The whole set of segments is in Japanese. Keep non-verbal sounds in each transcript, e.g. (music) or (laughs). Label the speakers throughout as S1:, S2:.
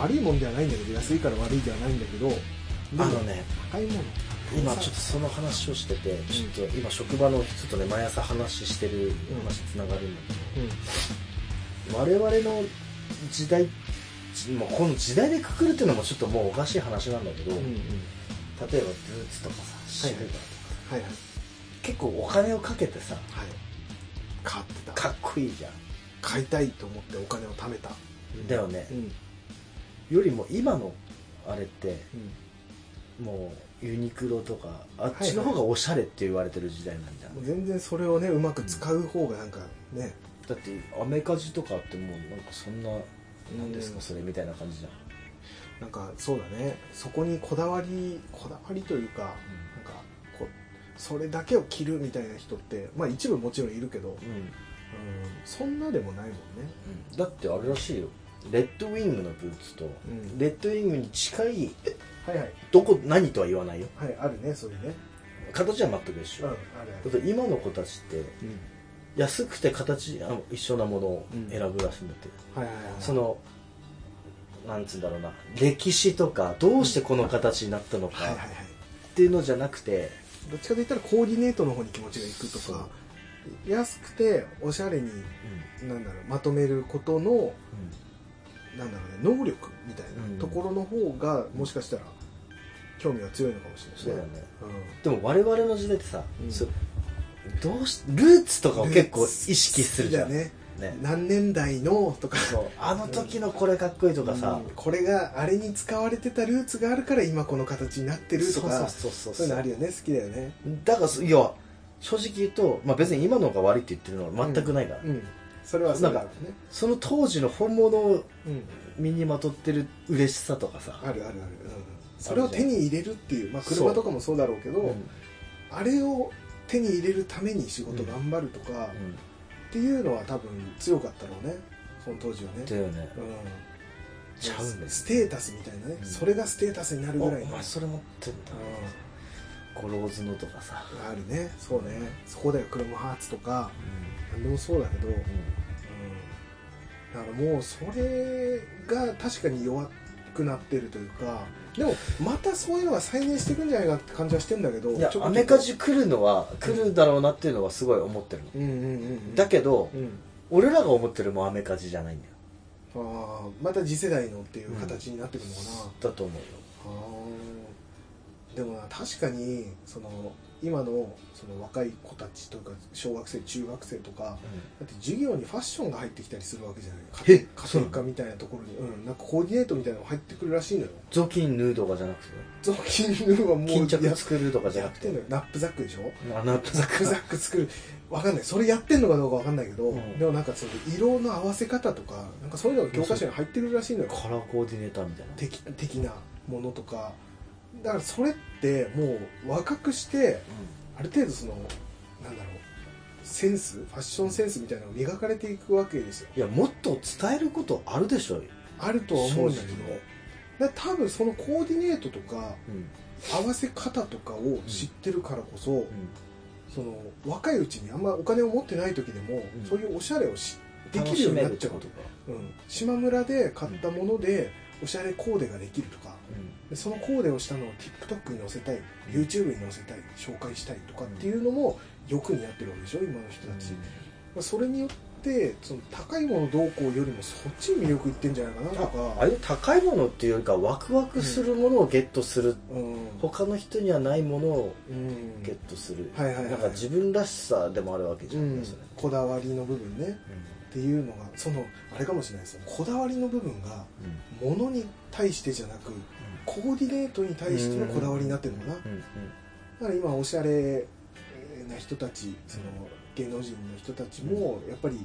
S1: 悪いもんではないんだけど安いから悪いではないんだけどでも
S2: あのね
S1: 高いもの
S2: 今ちょっとその話をしててちょっと今職場のちょっとね毎朝話してる話つながるんだけど我々の時代もうこの時代でくくるっていうのもちょっともうおかしい話なんだけど、
S1: うんうんうん
S2: 例えばブーツとかさシ
S1: はい
S2: ルバーとか、
S1: はいはい
S2: 結構お金をかけてさ
S1: はい買ってた
S2: かっこいいじゃん、
S1: 買いたいと思ってお金を貯めた
S2: だよね
S1: う、ん
S2: よりも今のあれって
S1: うん
S2: もうユニクロとかあっちの方がおしゃれって言われてる時代なんじゃん、
S1: もう全然それをねうまく使う方がなんかね、
S2: だってアメカジとかってもうなんかそんな何ですかそれみたいな感じじゃん、
S1: なんかそうだねそこにこだわりこだわりというか、なんかこうそれだけを着るみたいな人ってまあ一部もちろんいるけど、うん、
S2: うん
S1: そんなでもないもんね
S2: だってあれらしいよレッドウィングのブーツと、
S1: ん
S2: レッドウィングに近い
S1: はいはい
S2: どこ何とは言わないよ
S1: はいあるねそういうね
S2: 形は全く一緒、
S1: あるある
S2: だって今の子たちって
S1: うん
S2: 安くて形あの一緒なものを選ぶらしいんだって、
S1: はいはいはい
S2: そのなんつうんだろうな歴史とかどうしてこの形になったの
S1: はい
S2: か
S1: はいはい
S2: っていうのじゃなくて、
S1: どっちかといったらコーディネートの方に気持ちがいくと
S2: そ
S1: か
S2: う
S1: 安くておしゃれになんだろうまとめることのなんだろうね能力みたいなところの方が、もしかしたら興味が強いのかもしれない
S2: そうだよね
S1: う
S2: でも我々の時代ってさ、
S1: うん
S2: そうどうしルーツとかを
S1: ん
S2: 結構意識するじゃん
S1: そうだね
S2: ね
S1: 何年代のとか
S2: そうあの時のこれかっこいいとかさ、
S1: うんこれがあれに使われてたルーツがあるから今この形になってるとか
S2: そうそうそ
S1: そ
S2: うそう
S1: いううのあるよね好きだよね
S2: だからそいや正直言うと、まあ、別に今の方が悪いって言ってるのは全くないから、
S1: うんそれはそうだよね
S2: その当時の本物を
S1: うん
S2: 身にまとってる嬉しさとかさ、
S1: あるあるある、うんそれを手に入れるっていう、まあ、車とかもそうだろうけど、
S2: うん
S1: あれを手に入れるために仕事頑張るとか、っていうのは多分強かったろうねその当時はね、
S2: だよね
S1: うん、
S2: ちゃうんです
S1: ステータスみたいなね、
S2: うん
S1: それがステータスになる
S2: お
S1: ぐらい
S2: お
S1: の
S2: 前それ持ってんだ
S1: う
S2: ゴローズのとかさ、
S1: んあるねそうねそこだよクロムハーツとか何でもそうだけど、うん、だからもうそれが確かに弱くなってるというかでもまたそういうのが再燃していくんじゃないかって感じはしてんだけど
S2: いや
S1: ちょっと
S2: アメカジ来るのは来るだろうなっていうのはすごい思ってるの、
S1: うんうんうんうん
S2: だけど、
S1: うん
S2: 俺らが思ってるもうアメカジじゃないんだよ
S1: あーまた次世代のっていう形になってくるのかな、
S2: だと思うよ
S1: あーでもな確かにその今のその若い子たちというか小学生中学生とかだって授業にファッションが入ってきたりするわけじゃない
S2: え
S1: 家家庭科みたいなところに、うん、なんかコーディネートみたいなのが入ってくるらしいのよ
S2: 雑巾縫うとかじゃなくて
S1: 雑巾縫うはもう
S2: 巾
S1: や
S2: 着作るとかじゃ
S1: や
S2: な
S1: っ
S2: く
S1: てんの
S2: て
S1: よナップザックでしょ
S2: あナップザ
S1: ザックザック作るわかんないそれやってんのかどうかわかんないけど、
S2: うん
S1: でもなんかその色の合わせ方とかなんかそういうのが教科書に入ってるらしいのよ
S2: カラーコーディネーターみたいな
S1: 的的なものとかだからそれってもう若くしてある程度そのなんだろうセンスファッションセンスみたいなのが磨かれていくわけですよ
S2: いやもっと伝えることあるでしょうよ、
S1: あるとは思うんだけど
S2: 正直ね
S1: だから多分そのコーディネートとか
S2: うん
S1: 合わせ方とかを知ってるからこそ、その若いうちにあんまお金を持ってない時でも、
S2: うん
S1: そういうおしゃれをしできるようになっちゃうと
S2: か、
S1: うん、島村で買ったものでおしゃれコーデができるとか、でそのコーデをしたのを TikTok に載せたい YouTube に載せたい紹介したいとかっていうのも欲になってるわけでしょ今の人たち、まあそれによってその高いものどうこうよりもそっちに魅力いってんじゃないかなと
S2: ああ
S1: か
S2: あいう高いものっていうよりかワクワクするものをゲットする、
S1: うん、
S2: 他の人にはないものを
S1: うん
S2: ゲットする、
S1: はいはいはい
S2: なんか自分らしさでもあるわけじ
S1: う
S2: ゃない
S1: ん
S2: ですか、
S1: こだわりの部分ねっていうのがそのあれかもしれないですよこだわりの部分が物に対してじゃなくコーディネートに対してのこだわりになってるのかな、
S2: うんうん
S1: だから今おしゃれな人たちその芸能人の人たちもやっぱり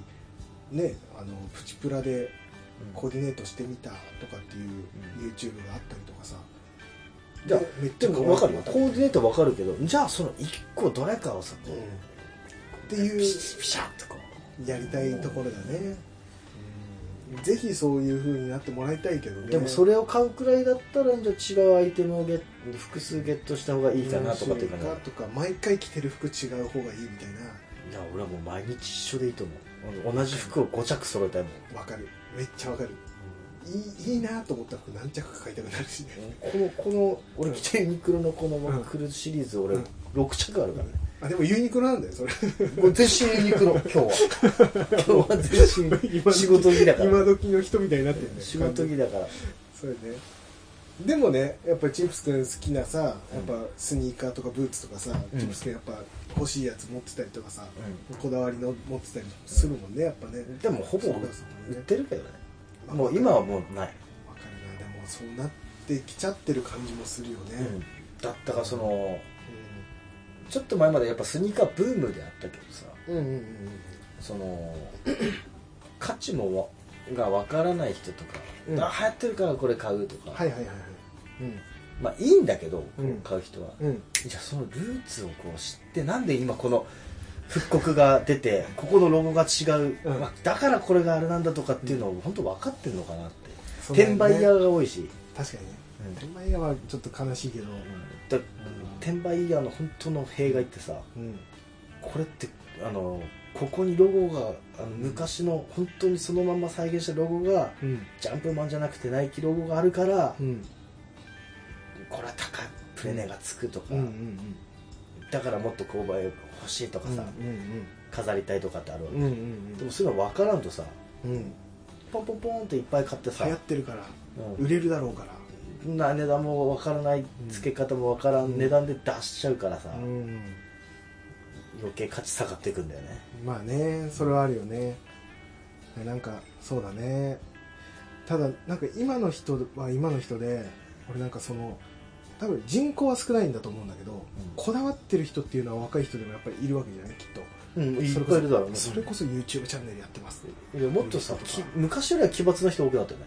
S1: ねあのプチプラで
S2: うん
S1: コーディネートしてみたとかっていう
S2: う
S1: YouTube があったりとかさ
S2: じゃあ
S1: でめっ
S2: でも分かるよ
S1: 可
S2: コ
S1: 愛くなっ
S2: ー
S1: た
S2: ディネート分かるけどじゃあその1個どれかをさこ
S1: うんっ
S2: う
S1: てい
S2: ピ
S1: う
S2: シャピシャッとこ
S1: やりたいところだねぜひそういう風になってもらいたいけど
S2: う
S1: ね
S2: でもそれを買うくらいだったらじゃあ違うアイテムをゲット複数ゲットした方がいいかなとかっていう感
S1: 何
S2: じ
S1: 種類かとか毎回着てる服違う方がいいみたい
S2: いや俺はもう毎日一緒でいいと思う同じ服を5着揃えたいもん
S1: なわかるめっちゃわかるいいいいなと思った服何着か買いたくなるしね
S2: このこの俺着てるユニクロのこのマックルシリーズ俺
S1: うん
S2: 6着あるからね
S1: あでもユニクロなんだよそれ
S2: もう全身ユニクロ今日
S1: (laughs)
S2: は今日は全 (laughs) 身仕事着だか
S1: 今
S2: ら
S1: 時の人みたいになってるね
S2: 仕事着だから
S1: そうやねでもねやっぱチップス君好きなさやっぱスニーカーとかブーツとかさ、
S2: うん
S1: チップス君やっぱ欲しいやつ持ってたりとかさ、
S2: う
S1: こだわりの持ってたりするもんねやっぱね、
S2: でもほぼ
S1: そう
S2: 売
S1: です
S2: 売
S1: ね
S2: ってるけどね
S1: まあ
S2: もう今はもうない、
S1: わかるなでもそうなってきちゃってる感じもするよね、うん
S2: だったからそのちょっと前までやっぱスニーカーブームであったけどさ
S1: うん、うんうん
S2: そ
S1: (clears throat)
S2: の価値もわがわからない人とか、
S1: うん
S2: あ流行ってるからこれ買うとか、
S1: はいはいはいはい
S2: まあいいんだけど、
S1: うん
S2: 買う人は、
S1: うんうん
S2: じゃあそのルーツをこう知ってなんで今この復刻が出てここのロゴが違う、
S1: うん
S2: まあだからこれがあれなんだとかっていうのを本当分かってるのかなって、
S1: そうだよ
S2: 転
S1: ね
S2: 売屋が多いし、
S1: 確かにね
S2: うん
S1: 転売屋はちょっと悲しいけど
S2: だ転売屋の本当の弊害ってさ
S1: うん
S2: これってあのここにロゴがあの昔の本当にそのまんま再現したロゴが
S1: うん
S2: ジャンプマンじゃなくてナイキロゴがあるから、
S1: うん
S2: これは高いプレネがつくとか、
S1: うんうんうん
S2: だからもっと購買欲欲しいとかさ、
S1: うん
S2: 飾りたいとかってあるわけ、
S1: うんうんうん
S2: でもそういうの分からんとさ
S1: うんうん
S2: ポンポンポンっていっぱい買ってさ
S1: 流行ってるから
S2: う
S1: 売れるだろうから
S2: ん、な値段も分からない付け方も分からん、
S1: うん
S2: 値段で出しちゃうからさ、
S1: ん
S2: 余計価値下がっていくんだよね
S1: まあねそれはあるよねなんかそうだねただなんか今の人は今の人で俺なんかその多分人口は少ないんだと思うんだけど、こだわってる人っていうのは若い人でもやっぱりいるわけじゃないきっと
S2: うんい
S1: そ
S2: っ
S1: れ
S2: ぱ
S1: こ
S2: いいるだろう
S1: そそ
S2: ね
S1: れこそ YouTube チャンネルやってますね
S2: いやもっとさ
S1: うん
S2: き昔よりは奇抜な人多くなったよね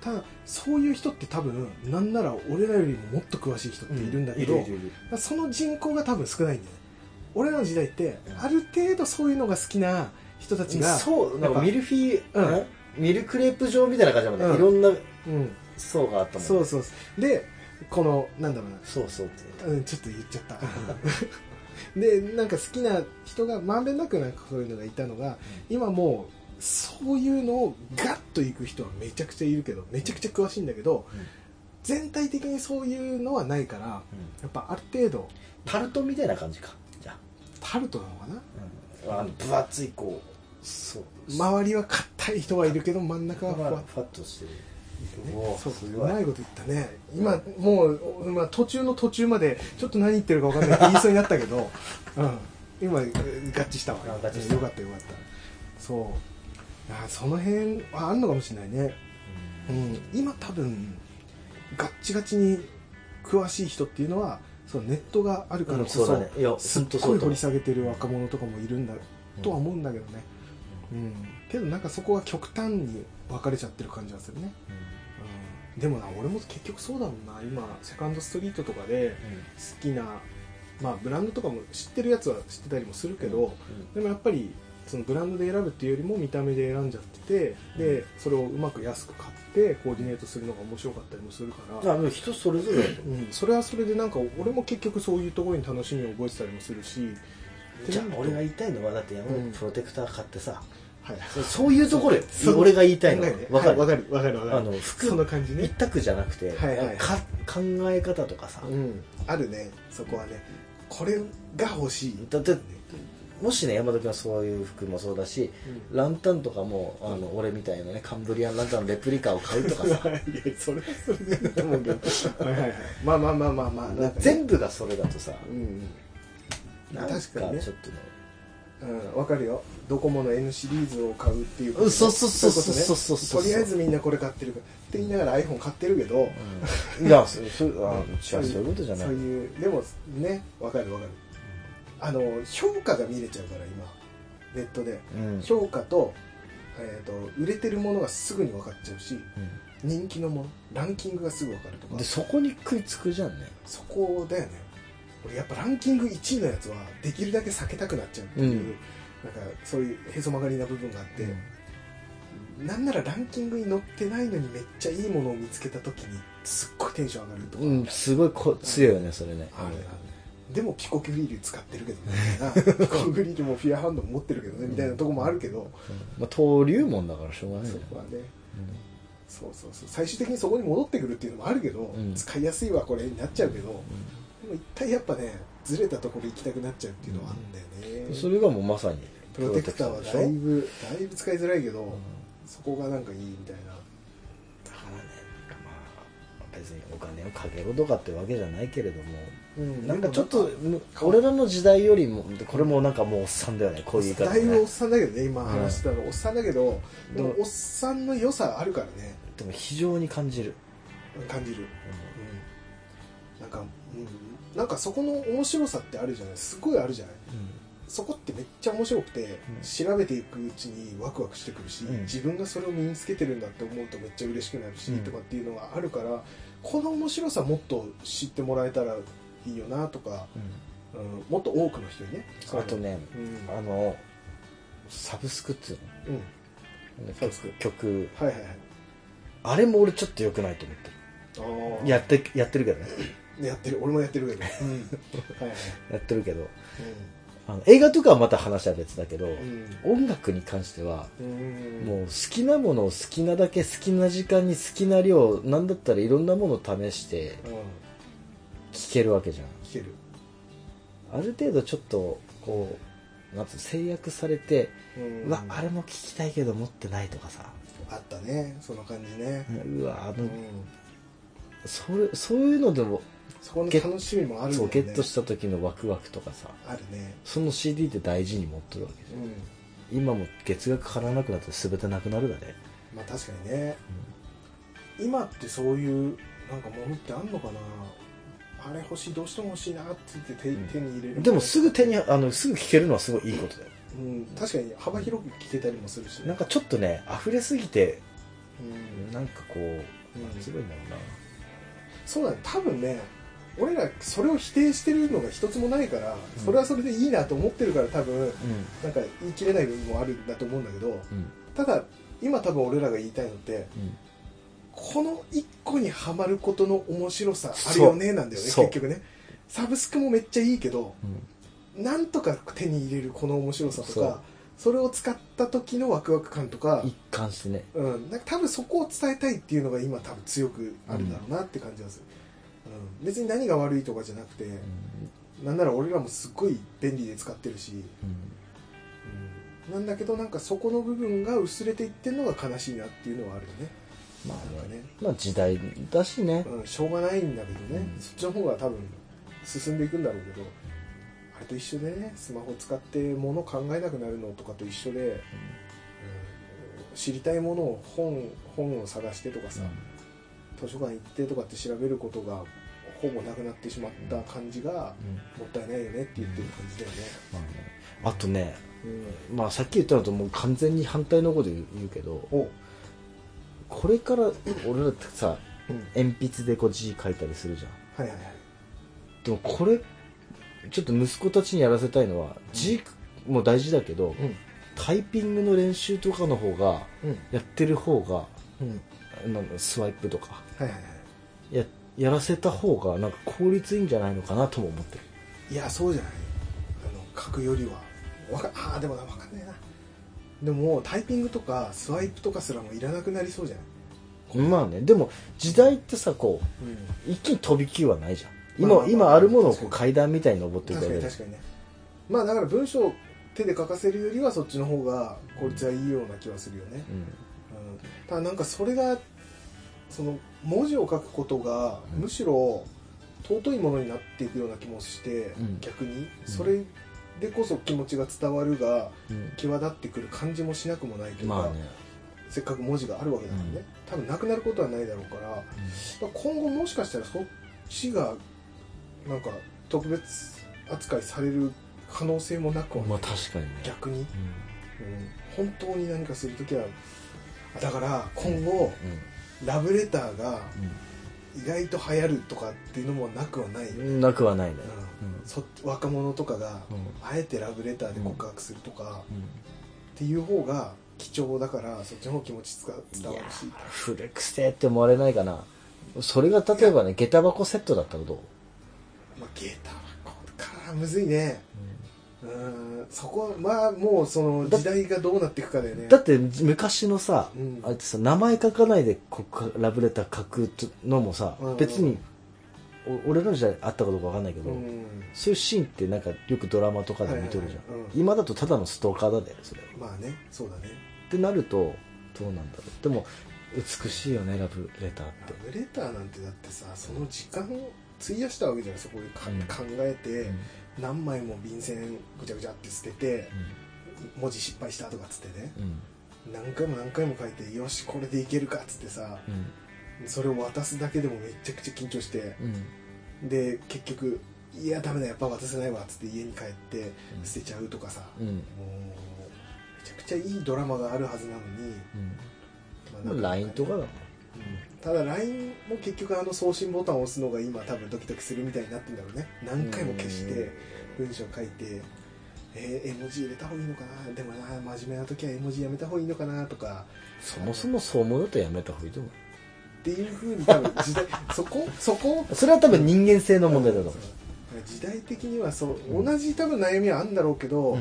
S1: ただそういう人って多分なんなら俺らよりももっと詳しい人っているんだけど、
S2: いるいるいる
S1: だからその人口が多分少ないんだよね俺らの時代って
S2: うん
S1: ある程度そういうのが好きな人たちが
S2: そうな
S1: や
S2: んか
S1: っぱ
S2: ミルフィー、
S1: うん
S2: えミルクレープ状みたいな感じだもんね、
S1: うん
S2: いろんな
S1: うん、
S2: 層があったもんね
S1: そうそうそうでこのなんだろうな
S2: そうそうって
S1: うん、ちょっと言っちゃった (laughs) でなんか好きな人がまんべんなくなんかそういうのがいたのが、今もうそういうのをガッといく人はめちゃくちゃいるけどめちゃくちゃ詳しいんだけど、
S2: うん
S1: 全体的にそういうのはないからやっぱある程度
S2: タルトみたいな感じかじゃ
S1: タルトなのかな
S2: あ,、あの分厚いこうそう
S1: 周りは硬い人はいるけど真ん中はふ
S2: ふ
S1: わっ
S2: わ
S1: と
S2: ふわっとしてるお
S1: ね
S2: ー
S1: そう
S2: す
S1: う
S2: ごい
S1: まいこと言ったね今もう、おまあ、途中の途中までちょっと何言ってるか分かんないって言いそうになったけど、 (laughs) うん、今えー合致したわ
S2: あ合致した
S1: よかったよかったそうあーその辺はあんのかもしれないね、うん、今多分ガッチガチに詳しい人っていうのはそのネットがあるからこそ,、
S2: うんそうだねいや
S1: すっ
S2: 本当そ
S1: ご
S2: う
S1: い
S2: だ
S1: 掘
S2: と思
S1: り
S2: う
S1: 下げてる若者とかもいるんだとは思うんだけどね、うん、けどなんかそこは極端に分かれちゃってる感じがするねうんでもな俺も結局そうだもんな今セカンドストリートとかで好きな、まあ、ブランドとかも知ってるやつは知ってたりもするけど、でもやっぱりそのブランドで選ぶっていうよりも見た目で選んじゃっててでそれをうまく安く買ってコーディネートするのが面白かったりもするから、
S2: あの人それぞれだと思う
S1: うん、それはそれでなんか俺も結局そういうところに楽しみを覚えてたりもするし
S2: じゃあ俺が言いたいのはだって山
S1: うん
S2: 本プロテクター買ってさ、
S1: はい
S2: そそういうところよ
S1: そう
S2: 俺が言いたいの
S1: わ
S2: は
S1: かる
S2: わかる、
S1: わかるわかるわかる
S2: あの服
S1: その感じね
S2: 一択じゃなくて、
S1: はいはい
S2: か考え方とかさ、
S1: うん、あるねそこはねこれが欲し
S2: (laughs)
S1: い、
S2: だってもしね山田君はそういう服もそうだし、
S1: うん
S2: ランタンとかもあの、俺みたいなねカンブリアンランタンのレプリカを買うとかさ
S1: いやそれはそれでいいと思うけど (laughs) はいはいはいまあまあまあまあまあなんかね
S2: 全部がそれだとさ、
S1: うん
S2: なんか
S1: 確かにね
S2: ちょっとね
S1: うん、わかるよドコモの N シリーズを買うっていう
S2: うんそうそうそうそうそう
S1: そういうことねと
S2: そうそうそう
S1: りあえずみんなこれ買ってるからって言いながら iPhone 買ってるけど、
S2: いやそそあ違うそういうことじゃない
S1: そういうでもねわかるわかるあの評価が見れちゃうから今ネットで
S2: うん
S1: 評価と,、えー、と売れてるものがすぐに分かっちゃうし
S2: う
S1: 人気のものランキングがすぐ分かると
S2: ん
S1: か
S2: でそこに食いつくじゃんね
S1: そこだよね俺やっぱランキング1位のやつはできるだけ避けたくなっちゃうっていう、
S2: うん
S1: なんかそういうへそ曲がりな部分があって、なんならランキングに載ってないのにめっちゃいいものを見つけた時にすっごいテンション上がるとか、
S2: うんすごいこ強いよねそれね
S1: あるあるでもピコグリル使ってるけどね
S2: (laughs)
S1: みたいなピコグリルもフィアハンドも持ってるけどねみたいなとこもあるけど、
S2: まあ登竜門だからしょうがない
S1: そ
S2: よ
S1: こはねそうそうそう最終的にそこに戻ってくるっていうのもあるけど、
S2: うん
S1: 使いやすいはこれになっちゃうけど、でも一体やっぱねずれたところ行きたくなっちゃうっていうのはあるんだよね、
S2: それがもうまさに
S1: プロテクターは
S2: プロテクターでしょ
S1: だいぶだいぶ使いづらいけど、
S2: うん
S1: そこがなんかいいみたいな
S2: だからねまあ別にお金をかけろとかってわけじゃないけれども
S1: うん
S2: なんかちょっと
S1: でも
S2: む俺らの時代よりもこれもなんかもうおっさんだよねこういう言い
S1: だ
S2: 方、ね、
S1: いぶおっさんだけどね今
S2: うん
S1: 話してたの、おっさんだけどでも
S2: どう
S1: おっさんの良さあるからね
S2: でも非常に感じる、
S1: 感じる、
S2: う
S1: うん、なんか、うん、なんかそこの面白さってあるじゃないすごいあるじゃないそこってめっちゃ面白くて、
S2: ん
S1: 調べていくうちにワクワクしてくるし、
S2: うん
S1: 自分がそれを身につけてるんだって思うとめっちゃ嬉しくなるし、
S2: うん
S1: とかっていうのがあるからこの面白さもっと知ってもらえたらいいよなとか、うん、もっと多くの人にね
S2: うんあとね
S1: うん
S2: あのサブスクっつう
S1: うん
S2: の
S1: サブスク
S2: 曲
S1: はいはいはい
S2: あれも俺ちょっと良くないと思って
S1: ああ
S2: るやってやってるけどね
S1: やってる俺もやって
S2: (laughs)
S1: るけど、うん、はいはい、
S2: やってるけどあの映画とかはまた話は別だけど、音楽に関しては
S1: うんうん、
S2: もう好きなものを好きなだけ好きな時間に好きな量なんだったらいろんなものを試して
S1: うん、
S2: 聴けるわけじゃん
S1: 聞ける、
S2: ある程度ちょっとこうなんつうの制約されて、
S1: うん
S2: うわあれも聞きたいけど持ってないとかさ、
S1: あったねその感じね、
S2: うわあ
S1: う
S2: の
S1: ん
S2: それそういうのでも、
S1: そこの楽しみもある
S2: そ
S1: も
S2: うんゲ
S1: ね
S2: ットした時のワクワクとかさ
S1: あるね
S2: その CD って大事に持っとるわけじ
S1: う
S2: ゃん
S1: ん
S2: 今も月額払わなくなったら全てなくなるだね
S1: まあ確かにね、今ってそういうなんかものってあんのかなあれ欲しいどうしても欲しいなって言って手,、
S2: ん
S1: 手に入れる
S2: でもすぐ手にあのすぐ聴けるのはすごいいいことだよ
S1: うん、確かに幅広く聞けたりもするしね
S2: なんかちょっとね溢れすぎて
S1: うん
S2: なんかこう、
S1: うん
S2: すごいんだろうな
S1: そうだね多分ね俺らそれを否定してるのが一つもないから、
S2: うん
S1: それはそれでいいなと思ってるから多分
S2: う
S1: なんか言い切れない部分もあるんだと思うんだけど
S2: んうん
S1: ただ今多分俺らが言いたいのってこの一個にはまることの面白さあるよねなんだよね
S2: そう
S1: 結局ねサブスクもめっちゃいいけど
S2: うん
S1: なんとか手に入れるこの面白さと
S2: そ
S1: か
S2: う
S1: それを使った時のワクワク感とか
S2: 一貫してね
S1: うん、なんか多分そこを伝えたいっていうのが今多分強くあるだろうなって感じがする、うん別に何が悪いとかじゃなくて、なんなら俺らもすっごい便利で使ってるし、うん、なんだけどなんかそこの部分が薄れていってるのが悲しいなっていうのはあるよね
S2: まあ
S1: なんか
S2: ね
S1: ね
S2: まあ時代だしね、
S1: うん、しょうがないんだけどね、
S2: うん
S1: そっちの方が多分進んでいくんだろうけどあれと一緒でねスマホ使ってもの考えなくなるのとかと一緒で、うん知りたいものを本本を探してとかさ、図書館行ってとかって調べることがほぼなくなってしまった感じが
S2: うん
S1: もったいないよねって言ってる感じだよね、
S2: まあねあとねまあさっき言ったのともう完全に反対のこと言う言うけど
S1: お
S2: これから俺らってさ
S1: うん
S2: 鉛筆でこう字書いたりするじゃん
S1: はいはいはい
S2: でもこれちょっと息子たちにやらせたいのは字も大事だけどタイピングの練習とかの方が
S1: うん
S2: やってる方が
S1: うん
S2: あのスワイプとか
S1: はいはいはい
S2: ややらせた方がなんか効率いいんじゃないのかなとも思って
S1: い
S2: る
S1: やそうじゃないあの書くよりはわかああでもな分かんないなでももうタイピングとかスワイプとかすらもいらなくなりそうじゃない、
S2: まあねでも時代ってさこう
S1: うん、
S2: 一気に飛び級はないじゃん今,、
S1: まあまあ
S2: 今あるものをこう
S1: 確かに
S2: 階段みたいに登っていく
S1: 確か
S2: わけ
S1: に
S2: で
S1: 確かにねまあだから文章を手で書かせるよりはそっちの方が効率はいいような気はするよね、うん、ただなんかそれがその文字を書くことが
S2: うん
S1: むしろ尊いものになっていくような気もして、
S2: うん
S1: 逆にそれでこそ気持ちが伝わるが
S2: うんうん
S1: 際立ってくる感じもしなくもないというか、
S2: まあね、
S1: せっかく文字があるわけだからね、
S2: うん
S1: 多分なくなることはないだろうから、今後もしかしたらそっちがなんか特別扱いされる可能性もなくはない、
S2: まあ確かにね、
S1: 逆に、うん本当に何かするときはあだから今後、
S2: うん
S1: ラブレターが意外と流行るとかっていうのもなくはないよ、
S2: うんなくはないね、
S1: うんそ若者とかが、
S2: うん
S1: あえてラブレターで告白するとか、っていう方が貴重だからそっちの方が気持ちつか伝
S2: い
S1: わ
S2: や
S1: るし
S2: ー古くせえって思われないかなそれが例えばね下駄箱セットだったらどう、
S1: まあ、ゲーターはここからむずいねうんそこはまあもうその時代がどうなっていくかだよね
S2: だって昔のさ、
S1: うん
S2: あれってさ名前書かないでこうラブレター書くのもさ、
S1: うんうん
S2: 別にお俺らの時代あったかどうかわかんないけど、
S1: うん
S2: そういうシーンってなんかよくドラマとかで見とるじゃ
S1: はい
S2: ん、
S1: はいはいうん
S2: 今だとただのストーカーだねそれは
S1: まあねそうだね
S2: ってなるとどうなんだろうでも美しいよねラブレターっ
S1: ラブレターなんてだってさその時間を費やしたわけじゃないそこでか、
S2: うん
S1: 考えて、
S2: て、
S1: 何枚も便箋ぐちゃぐちゃって捨てて文字失敗したとかっつってね
S2: うんうん
S1: 何回も何回も書いてよしこれでいけるかっつってさそれを渡すだけでもめちゃくちゃ緊張して
S2: うん
S1: で結局いやダメだやっぱ渡せないわっつって家に帰って
S2: うん
S1: 捨てちゃうとかさ、
S2: うんうん
S1: もうめちゃくちゃいいドラマがあるはずなのに、あ
S2: うんもう LINE とかだもん
S1: ただ LINE も結局あの送信ボタンを押すのが今多分ドキドキするみたいになってんだろうね何回も消して文章書いてえー絵文字入れた方がいいのかなでもな真面目な時は絵文字やめた方がいいのかなとか
S2: そもそもそう思うのとやめた方がいいと思
S1: っていうふうに多分時代そこそこ
S2: うそれは多分人間性の問題だと思
S1: そううだから時代的にはそう、
S2: うん
S1: 同じ多分悩みはあるんだろうけど、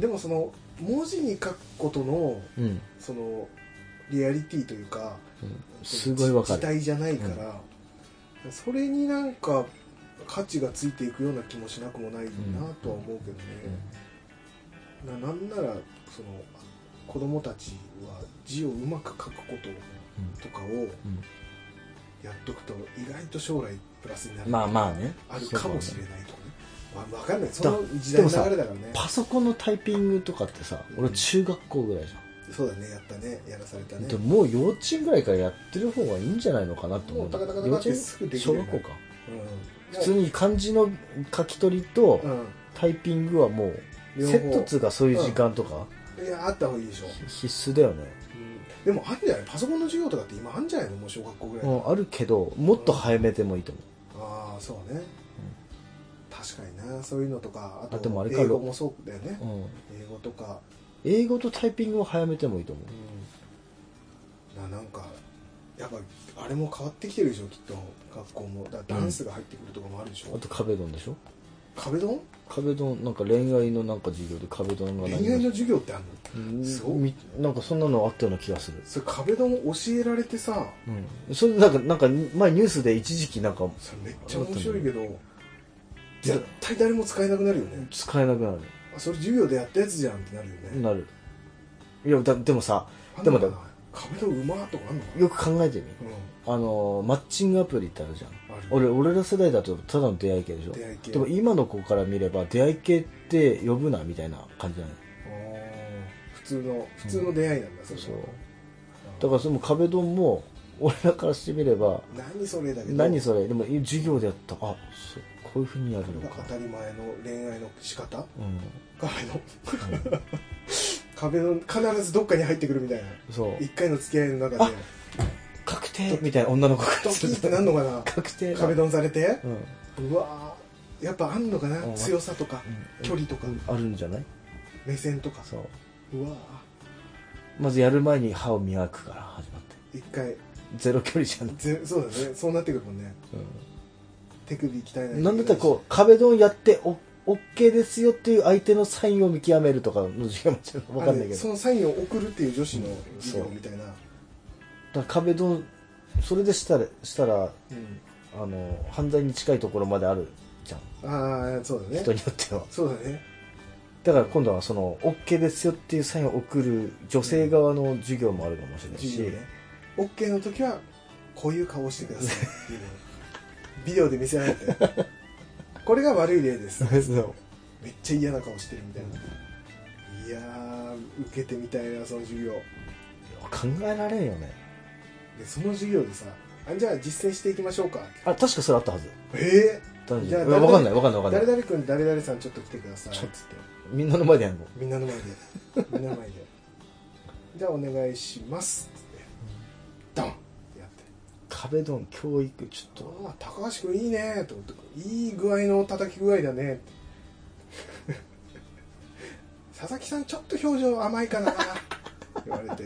S1: でもその文字に書くことの
S2: うん、うん
S1: そのリアリティというか
S2: すごいわか
S1: 時
S2: る
S1: 代じゃないから、それになんか価値がついていくような気もしなくもないなとは思うけどね、ななんならその子供たちは字をうまく書くこととかを
S2: うん
S1: やっとくと意外と将来プラスになる、
S2: まあまあね
S1: あるかもしれ
S2: い
S1: ないとかね、まあ、分かんないそ
S2: だ
S1: の時代の流れだからね
S2: パソコンのタイピングとかってさ俺中学校ぐらいじゃん
S1: そうだねやったねやらされたね
S2: でももう幼稚園ぐらいからやってる方がいいんじゃないのかなと思うんだ
S1: もう高々
S2: 幼
S1: 高々っ
S2: 稚
S1: て
S2: 園
S1: すぐでき
S2: 小
S1: るよね
S2: 学校か
S1: うん
S2: 普通に漢字の書き取りと
S1: う
S2: タイピングはもう
S1: 両方
S2: セット2がそういう時間とか
S1: んいやあった方がいいでしょ、
S2: 必須だよね、
S1: うんでもあるんじゃないパソコンの授業とかって今あるんじゃないのもう小学校ぐらいうの、
S2: ん、あるけどもっと早めてもいいと思
S1: ああそうね、確かになそういうのとかあ
S2: あでもあ
S1: と
S2: れか
S1: 英語もそうだよね
S2: う、、うん、
S1: 英語とか、
S2: 英語とタイピングを早めてもいいと思う
S1: ななんかやっぱあれも変わってきてるでしょきっと学校もだからダンスが入ってくるとかもあるでしょ、
S2: あと壁ドンでしょ
S1: 壁ドン
S2: 壁ドンなんか恋愛のなんか授業で壁ドンが
S1: 恋
S2: 何
S1: 愛の授業ってあるの
S2: うん
S1: そう
S2: みなんかそんなのあったような気がする、
S1: それ壁ドン教えられてさ
S2: うん、それなんかなんか前ニュースで一時期なんか
S1: それめっちゃ面白いけど絶対誰も使えなくなるよね
S2: 使えなくなる
S1: あそれ授業でやったやつじゃんってなるよね、
S2: なるいやだでもさ
S1: あん
S2: で
S1: の
S2: も
S1: か
S2: だ
S1: な壁ドンうまーとかあんのかな
S2: よく考えてみ
S1: う
S2: あのマッチングアプリってあるじゃん
S1: んある
S2: 俺俺ら世代だとただの出会い系でしょ
S1: 出会い系
S2: でも今の子から見れば出会い系って呼ぶなみたいな感じなの
S1: あー普通の普通の出会いなんだ、それ
S2: そう
S1: あー
S2: だからその壁ドンも俺らからしてみれば
S1: 何それだけど
S2: 何それでも授業でやったあそうこういうふうにやるのか
S1: 当たり前の恋愛の仕方
S2: うん
S1: 壁の (laughs) 壁の必ずどっかに入ってくるみたいな
S2: そう
S1: 一回の付き合いの中で
S2: 確定みたいな女の子が
S1: ドキッてなんのかな
S2: 確定だ
S1: 壁ドンされて
S2: うん
S1: うわーやっぱあんのかな
S2: うん
S1: 強さとか
S2: うん
S1: 距離とか
S2: あるんじゃない
S1: 目線とか
S2: そう
S1: うわ
S2: まずやる前に歯を磨くから始まっ
S1: ー
S2: て
S1: 一回
S2: ゼロ距離じゃない、
S1: ぜそうだねそうなってくるもんね
S2: うん
S1: 手首鍛えないといけいし
S2: なんだったらこう壁ドンやってオオッケーですよっていう相手のサインを見極めるとかの授業もちょっと分かんない
S1: あ
S2: け
S1: れ
S2: ど
S1: そ
S2: だか
S1: のサインを送るっていう女子の授業
S2: そう
S1: みたいな
S2: ら壁ドンそれでしたらしたら
S1: うん
S2: あの犯罪に近いところまであるじゃん
S1: ああそうだね
S2: 人によっては
S1: そうだね
S2: だから今度はそのオッケーですよっていうサインを送る女性側の授業もあるかもしれないし、
S1: 授業ね OK の時はこういう顔をしてください (laughs) っていうのをビデオで見せられてこれが悪い例です
S2: そう
S1: めっちゃ嫌な顔してるみたいないやー受けてみたいなその授業
S2: 考えられんよね
S1: でその授業でさあじゃあ実践していきましょうか
S2: あ確かそれあったはず
S1: え
S2: 男女
S1: じゃあ
S2: 分かんない分かんな
S1: ー、
S2: い分かん
S1: 誰
S2: ない
S1: 々君誰々さんちょっと来てください
S2: ち
S1: つ
S2: ょ
S1: っ
S2: ってみんなの前でやるの
S1: みんなの前でみんなの前でじゃあお願いしますつってドンってやって
S2: 壁ドン教育ちょっと
S1: ああ高橋君いいねと思っていい具合の叩き具合だね (laughs) 佐々木さんちょっと表情甘いかな言われて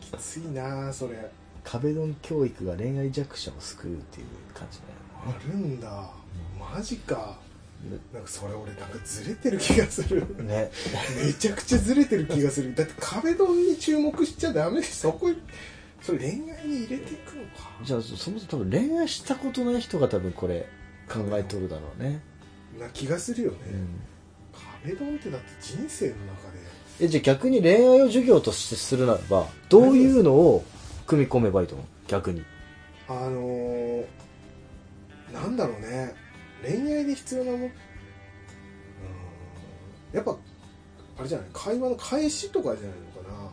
S1: きついなそれ
S2: 壁ドン教育が恋愛弱者を救うっていう感じだよね
S1: あるんだマジかなんかそれ俺なんかずれてる気がする
S2: ね
S1: めちゃくちゃずれてる気がするだって壁ドンに注目しちゃダメでそこそれ恋愛に入れていくのか
S2: じゃあそそもそも多分恋愛したことない人が多分これ考えとるだろうね、
S1: な気がするよね、
S2: うん、
S1: 壁ドンってだって人生の中で
S2: えじゃあ逆に恋愛を授業としてするならばどういうのを組み込めばいいと思う逆に
S1: あのー、なんだろうね恋愛で必要なものうーんやっぱあれじゃない会話の返しとかじゃないのかな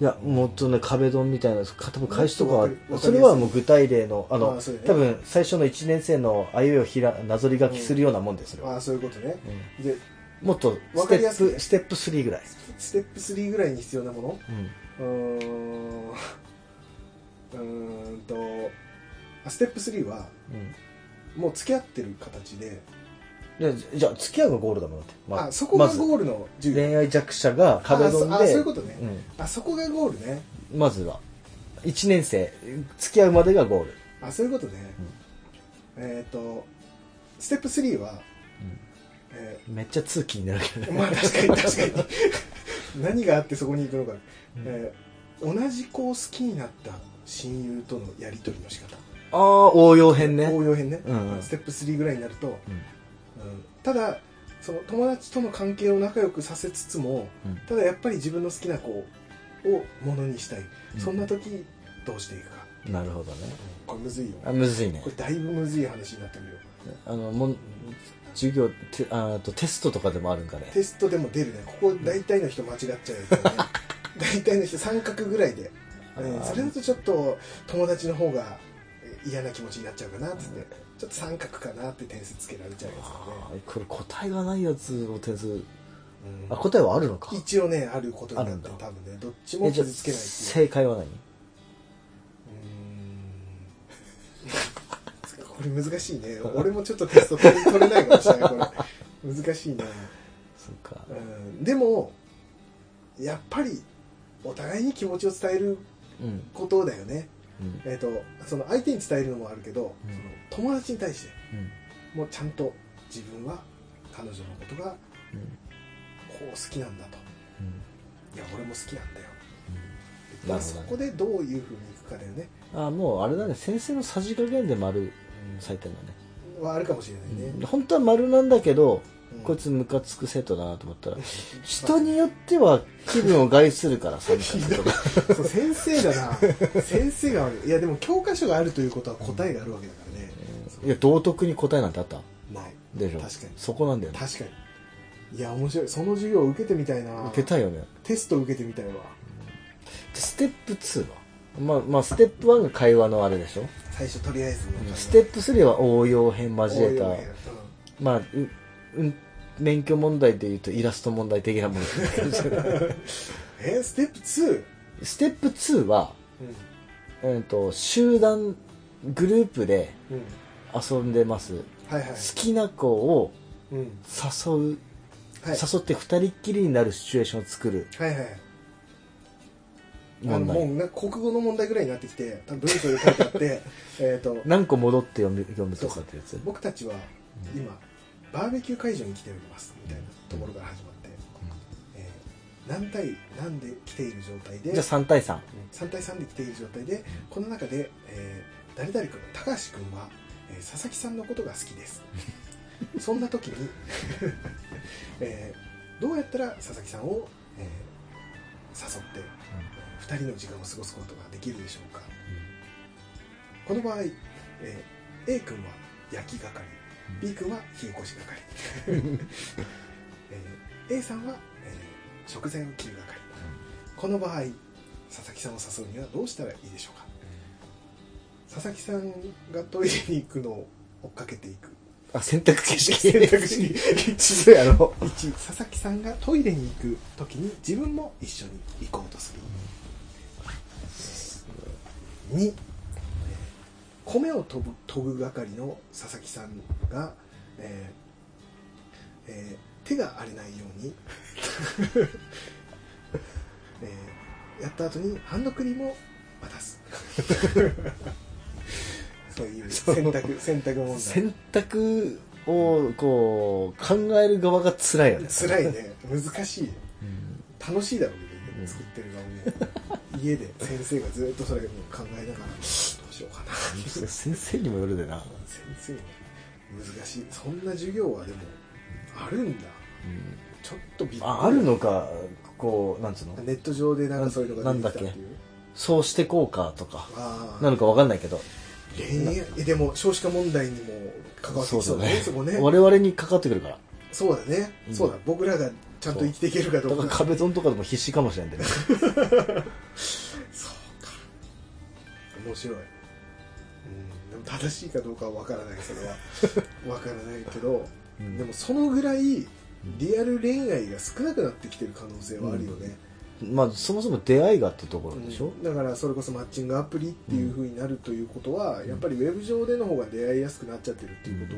S1: い
S2: やもっとね壁ドンみたいなか多分返しとか
S1: も
S2: は
S1: っとわかりわか
S2: そ
S1: りやすい
S2: れはもう具体例のあの
S1: あそうだね
S2: 多分最初の1年生のあゆえをひらなぞり書きするようなもんですよ、
S1: ああそういうことね
S2: うん
S1: で
S2: もっと
S1: わ
S2: ス
S1: か
S2: テ
S1: りやすい
S2: ップステップ3ぐらい、
S1: ステップ3ぐらいに必要なもの
S2: うん
S1: うーんうーんとあステップ3は
S2: うん
S1: もう付き合ってる形で、
S2: じゃあじゃあじゃあ付き合うがゴールだもんだって、ま
S1: あそこが
S2: まず
S1: ゴールの重要、
S2: 恋愛弱者が壁ドンで
S1: あそあそういうことね
S2: ん
S1: あそこがゴールね
S2: まずは1年生付き合うまでがゴール、
S1: あそういうことね、えっ、とステップ3は、え
S2: めっちゃ通気になるけど
S1: ー (laughs)
S2: ね
S1: まあ確かに確かに (laughs) 何があってそこに行くのか、えー同じ子を好きになった親友とのやり取りの仕方
S2: ああ応用編ね
S1: 応用編ね、
S2: うんうん
S1: ステップ3ぐらいになると、
S2: うん
S1: うんただその友達との関係を仲良くさせつつも
S2: うん
S1: ただやっぱり自分の好きな子をものにしたい、
S2: うん
S1: そんな時どうしていくか、
S2: なるほどね
S1: これむずいよ
S2: あむずいね
S1: これだいぶむずい話になってくるよ
S2: あのもん授業てああとテストとかでもあるんかね
S1: テストでも出るねここ大体の人間違っちゃうよね (laughs) 大体の人三角ぐらいで、うん
S2: あー
S1: それだとちょっと友達の方がえ嫌な気持ちになっちゃうかなっつってちょっと三角かなって点数つけられちゃうやつ
S2: あ
S1: だ
S2: ーこれ答えがないやつを点数
S1: ね、うん
S2: あ答えはあるのか
S1: 一応ねあることにな
S2: ある
S1: っ
S2: ん
S1: て
S2: だ
S1: る多分ねどっちも
S2: えじゃあ
S1: 傷つけないっていう
S2: 正解は何
S1: うーんこれ難しいね俺もちょっとテスト取れ取れないかもしれないこれ難しいね、
S2: そうか
S1: うん、でもやっぱりお互いに気持ちを伝える
S2: うん
S1: ことだよね、
S2: うん
S1: えっとその相手に伝えるのもあるけど、
S2: うん
S1: その友達に対して
S2: うん
S1: もうちゃんと自分は彼女のことがこ
S2: うん
S1: う好きなんだと
S2: うん
S1: いや俺も好きなんだよ
S2: なるほどね
S1: そこでどういうふうにいくかだよね、
S2: あーもうあれだね先生のさじ加減で丸採点だね
S1: はあるかもしれないね、
S2: うん本当は丸なんだけど
S1: うん
S2: こいつムカつく生徒だなと思ったら人によっては気分を害するからさみた
S1: (laughs)
S2: いなことが
S1: そう先生だな先生が悪いいやでも教科書があるということは答えがあるわけだからね、
S2: いや道徳に答えなんてあった
S1: ない
S2: でしょ
S1: 確かに
S2: そこなんだよね
S1: 確かにいや面白いその授業を受けてみたいな
S2: 受けたいよね
S1: テスト受けてみたいわ
S2: ステップ2はまあまあステップ1が会話のあれでしょ
S1: 最初とりあえずの
S2: ステップ3は応用編交え
S1: 応
S2: た
S1: 用編
S2: まあううん免許問題でいうとイラスト問題的
S1: (laughs)
S2: なもの
S1: うんえステップ 2?
S2: ステップ2は、
S1: う
S2: うん、と集団グループで
S1: ん、うん、
S2: 遊んでます
S1: はいはい
S2: 好、きな子を
S1: うん
S2: 誘う
S1: はい、
S2: 誘って二人っきりになるシチュエーションを作る
S1: はいはいあのも
S2: 問
S1: う
S2: 題
S1: なんか国語の問題ぐらいになってきて多分文章で書いてあって (laughs) えっと
S2: 何個戻って読む読むとかってやつ
S1: 僕たちは今バーベキュー会場に来ておりますみたいなところから始まって、えー何対何で来ている状態で
S2: じゃあ3対3
S1: 3対3で来ている状態でこの中で、えー誰々君高橋君は、えー佐々木さんのことが好きですそんな時に、 (laughs) えーどうやったら佐々木さんを、えー誘って2人の時間を過ごすことができるでしょうかこの場合、えー A 君は焼き係 B 君は火起こし係、えー A さんは、えー食材を切る係この場合佐々木さんを誘うにはどうしたらいいでしょうか佐々木さんがトイレに行くのを追っかけていく
S2: あ選択形式
S1: 選択肢
S2: (laughs) そうやろ
S1: 1佐々木さんがトイレに行く時に自分も一緒に行こうとする2米を研ぐ研ぐ係の佐々木さんが、えーえー手が荒れないように、 (laughs) えーやった後にハンドクリームを渡す (laughs) そういう選択選択問題
S2: 選択をこう考える側が辛いよね
S1: 辛いね難しいよ
S2: うん
S1: 楽しいだろうけど
S2: う
S1: ね
S2: ん
S1: 作ってる側
S2: (laughs)
S1: もね家で先生がずっとそれ考えながらどうしようかなっていう
S2: 先生にもよるでな、
S1: 先生ね難しいそんな授業はでもあるんだ
S2: うん
S1: ちょっとびっくり
S2: ああるのかこうなんつうの
S1: ネット上でなんかそういうのが出てきたっていう
S2: そうしてこうかとか
S1: あ
S2: な
S1: あ
S2: のかわかんないけど
S1: 恋愛えでも少子化問題にも関わってきそうだねそこね
S2: 我々にかかってくるから
S1: そうだね、
S2: うん
S1: そうだ僕らがちゃんと生きていけるかど
S2: だ
S1: う
S2: か
S1: から
S2: 壁ドンとかでも必死かもしれないんだよ
S1: そう
S2: ね
S1: か面白い、うん、でも正しいかどうかは分からないそれ
S2: (laughs)
S1: は分からないけど、
S2: うん
S1: でもそのぐらいリアル恋愛が少なくなってきてる可能性はあるよね、
S2: まあそもそも出会いがってところ
S1: うん
S2: でしょ、
S1: だからそれこそマッチングアプリっていうふうになるということは、やっぱりウェブ上での方が出会いやすくなっちゃってるっていうこ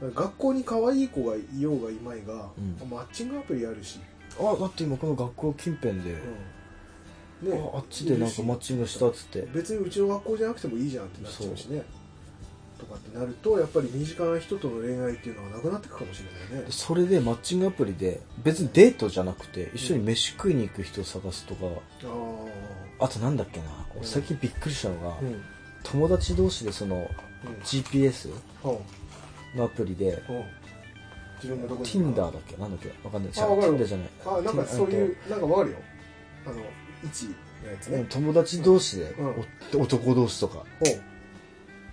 S1: とは、学校に可愛い子がいようがいまいが、
S2: うん
S1: マッチングアプリあるし、
S2: あだって今この学校近辺で、
S1: うん
S2: ああっちでなんかマッチングしたっつって
S1: 別にうちの学校じゃなくてもいいじゃんってなっちゃうしねとかってなるとやっぱり身近な人との恋愛っていうのはなくなってくかもしれないね
S2: それでマッチングアプリで別にデートじゃなくて一緒に飯食いに行く人を探すとか
S1: あ
S2: あとなんだっけな
S1: うん
S2: 最近びっくりしたのが、
S1: あうんうん
S2: 友達同士でその GPS
S1: ほう
S2: のアプリで
S1: ほう自分のとこ
S2: Tinder だっけなんだっけわかんない
S1: あわかる
S2: Tinder じゃない
S1: あなんかそういうなんかわかるよあの位置のやつ
S2: うん
S1: ね
S2: 友達同士で、お男同士とか